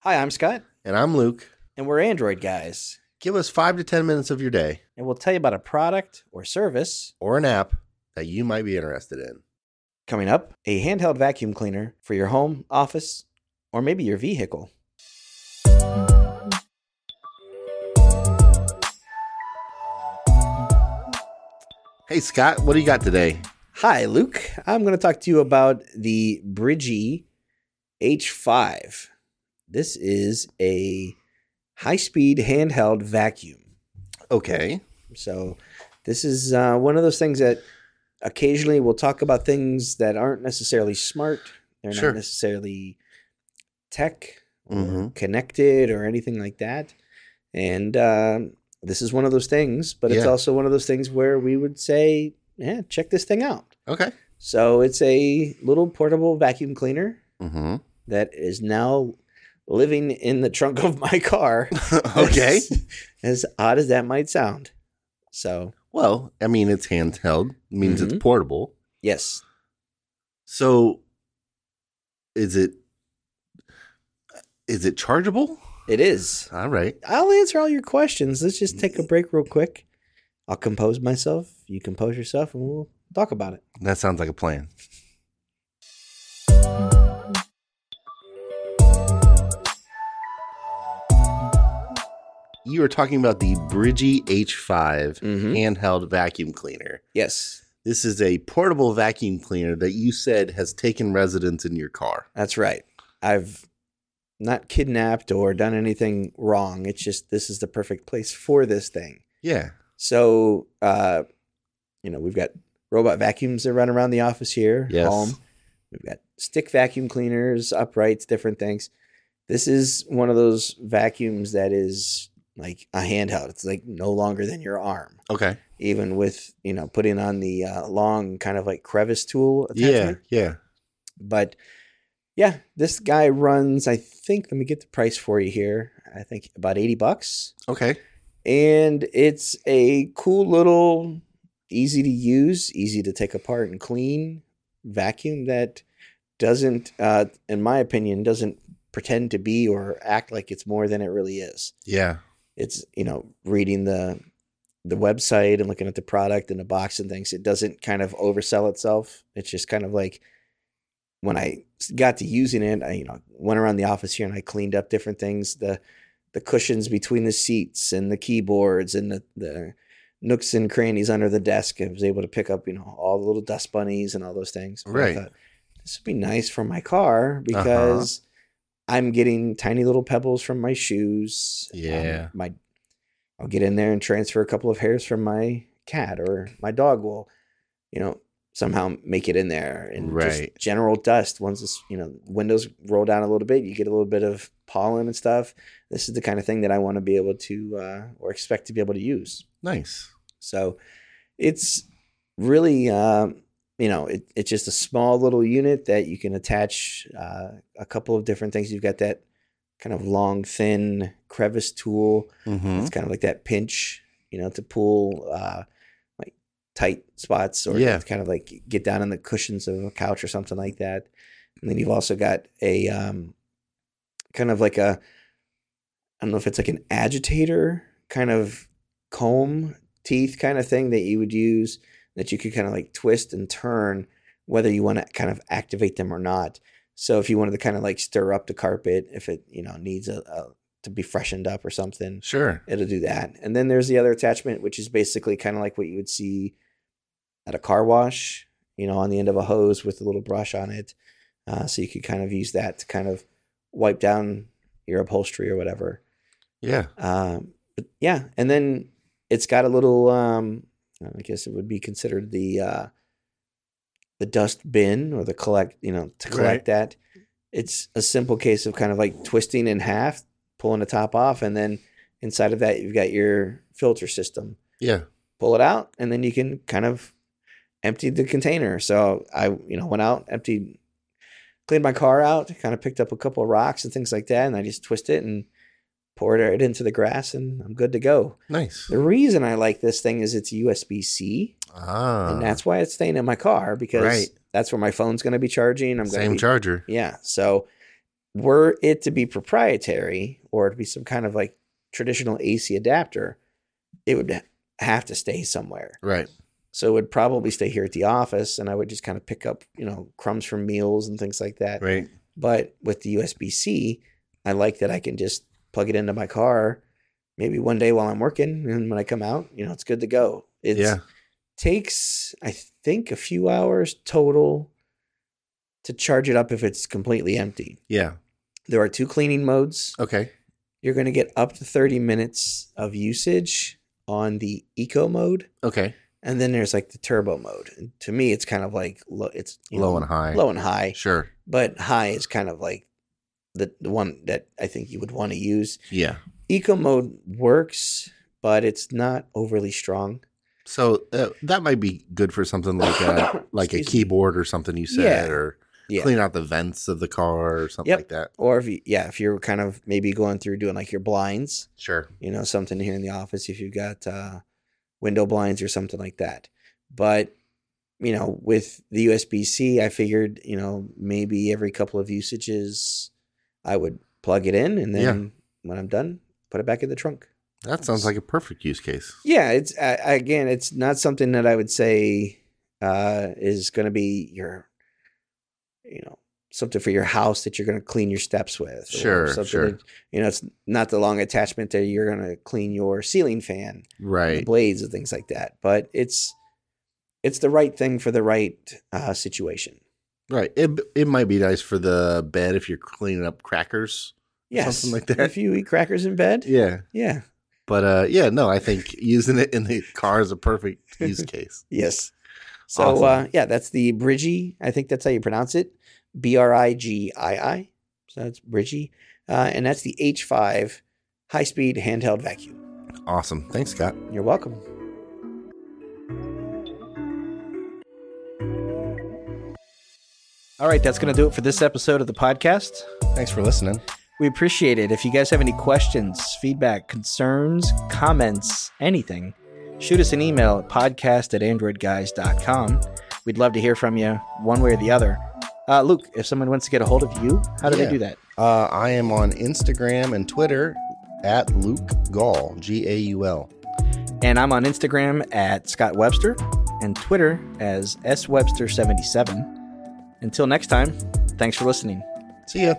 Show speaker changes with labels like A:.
A: Hi, I'm Scott,
B: And I'm Luke.
A: and we're Android guys,
B: Give us five to 10 minutes of your day
A: and we'll tell you about a product or service
B: or an app that you might be interested in.
A: coming up a handheld vacuum cleaner for your home, office, or maybe your vehicle.
B: Hey, Scott, what do you got today?
A: Hi, Luke. I'm going to talk to you about the Bridgie H5. This is a high speed handheld vacuum.
B: Okay.
A: So this is uh, one of those things that occasionally we'll talk about things that aren't necessarily smart. They're
B: Sure.
A: not necessarily tech or
B: Mhm.
A: connected or anything like that. And um, this is one of those things, but it's
B: Yeah.
A: also one of those things where we would say, yeah, check this thing out.
B: Okay.
A: So it's a little portable vacuum cleaner
B: Mm-hmm.
A: that is now living in the trunk of my car.
B: okay.
A: as odd as that might sound. So
B: Well, I mean, it's handheld, means
A: Mhm.
B: it's portable.
A: Yes.
B: So is it is it chargeable?
A: It is.
B: All right.
A: I'll answer all your questions. Let's just take a break real quick. I'll compose myself. You compose yourself, and we'll talk about it.
B: That sounds like a plan. You were talking about the Bridgie H5
A: Mm-hmm.
B: handheld vacuum cleaner.
A: Yes,
B: This is a portable vacuum cleaner that you said has taken residence in your car.
A: that's right. I've not kidnapped or done anything wrong. It's just this is the perfect place for this thing.
B: Yeah.
A: So, uh, you know, we've got robot vacuums that run around the office here,
B: Yes.
A: home. We've got stick vacuum cleaners, uprights, different things. This is one of those vacuums that is like a handheld. It's like no longer than your arm,
B: Okay.
A: even with you know putting on the uh, long kind of like crevice tool
B: Yeah.
A: attachment.
B: Yeah.
A: But yeah, this guy runs. I think let me get the price for you here. I think about eighty bucks
B: Okay.
A: and it's a cool little easy to use easy to take apart and clean vacuum that doesn't uh, in my opinion doesn't pretend to be or act like it's more than it really is
B: Yeah.
A: it's you know reading the the website and looking at the product and the box and things it doesn't kind of oversell itself it's just kind of like when i got to using it i you know went around the office here and i cleaned up different things the the cushions between the seats and the keyboards and the, the nooks and crannies under the desk i was able to pick up you know all the little dust bunnies and all those things But I
B: Right.
A: thought, this would be nice for my car because i'm getting tiny little pebbles from my shoes Um,
B: Yeah.
A: my I'll get in there and transfer a couple of hairs from my cat or my dog will, you know, somehow make it in there and
B: Right.
A: just general dust. Once this, you know, windows roll down a little bit, you get a little bit of pollen and stuff. This is the kind of thing that I want to be able to uh, or expect to be able to use.
B: Nice.
A: So it's really, um, you know, it, it's just a small little unit that you can attach uh, a couple of different things. You've got that kind of long, thin crevice tool.
B: Mm-hmm.
A: It's kind of like that pinch, you know, to pull uh, like tight spots or
B: Yeah.
A: to kind of like get down on the cushions of a couch or something like that. And then you've also got a um, kind of like a, I don't know if it's like an agitator kind of comb teeth kind of thing that you would use that you could kind of like twist and turn whether you want to kind of activate them or not. So if you wanted to kind of like stir up the carpet, if it, you know, needs a, a to be freshened up or something,
B: Sure.
A: it'll do that. And then there's the other attachment, which is basically kind of like what you would see at a car wash, you know, on the end of a hose with a little brush on it. Uh, so you could kind of use that to kind of wipe down your upholstery or whatever.
B: Yeah.
A: Um, but yeah, and then it's got a little. Um, I guess it would be considered the uh, the dust bin or the collect. You know, to collect
B: Right.
A: that. It's a simple case of kind of like twisting in half, pulling the top off, and then inside of that you've got your filter system.
B: Yeah.
A: Pull it out, and then you can kind of empty the container. So I, you know, went out, emptied, cleaned my car out, kind of picked up a couple of rocks and things like that, and I just twist it and poured it into the grass and I'm good to go.
B: Nice.
A: The reason I like this thing is it's USB C,
B: Ah.
A: and that's why it's staying in my car because
B: Right.
A: that's where my phone's going to be charging. I'm going to
B: same
A: be,
B: charger.
A: yeah. So were it to be proprietary or to be some kind of like traditional AC adapter, it would ha- have to stay somewhere.
B: Right.
A: So it would probably stay here at the office and I would just kind of pick up, you know, crumbs from meals and things like that.
B: Right.
A: But with the USB C, I like that I can just plug it into my car maybe one day while I'm working. And when I come out, you know, it's good to go. It
B: yeah.
A: takes, I think, a few hours total to charge it up if it's completely empty.
B: Yeah.
A: There are two cleaning modes.
B: Okay.
A: You're going to get up to 30 minutes of usage on the eco mode.
B: Okay.
A: And then there's like the turbo mode. And to me, it's kind of like low, it's you
B: Low
A: know,
B: and high.
A: low and high
B: Sure.
A: but high is kind of like the, the one that I think you would want to use.
B: Yeah.
A: Eco mode works, but it's not overly strong.
B: So uh, that might be good for something like a like a
A: Excuse me.
B: keyboard or something you said,
A: Yeah.
B: or
A: Yeah.
B: clean out the vents of the car or something
A: Yep.
B: like that.
A: Or if you, yeah, if you're kind of maybe going through doing like your blinds,
B: Sure.
A: you know, something here in the office, if you've got uh, window blinds or something like that. But, you know, with the USB C, I figured, you know, maybe every couple of usages, I would plug it in and then when I'm done, put it back in the trunk.
B: That sounds like a perfect use case.
A: Yeah, it's I, I- again, it's not something that I would say uh, is going to be your, you know, something for your house that you're going to clean your steps with. or
B: Sure,
A: something
B: sure.
A: that- you know, it's not the long attachment that you're going to clean your ceiling fan, the
B: Right.
A: blades, and things like that. But it's it's the right thing for the right uh, situation.
B: Right. It it might be nice for the bed if you're cleaning up crackers.
A: Yes,
B: Something like that.
A: If you eat crackers in bed, yeah,
B: Yeah. But uh, yeah, no, I think using it in the car is a perfect use case.
A: yes. So uh,
B: Awesome.
A: yeah, that's the Brigi. I think that's how you pronounce it. B R I G I I. So that's Brigi, uh, and that's the H5 high-speed handheld vacuum.
B: Awesome. Thanks, Scott.
A: You're welcome. All right, that's going to do it for this episode of the podcast.
B: Thanks for listening.
A: We appreciate it. If you guys have any questions, feedback, concerns, comments, anything, shoot us an email at podcast at androidguys.com. We'd love to hear from you one way or the other. Uh, Luke, if someone wants to get a hold of you, how do
B: Yeah.
A: they do that?
B: Uh, I am on Instagram and Twitter at Luke Gall, G A U L.
A: And I'm on Instagram at Scott Webster and Twitter as swebster77. Until next time, thanks for listening.
B: See ya.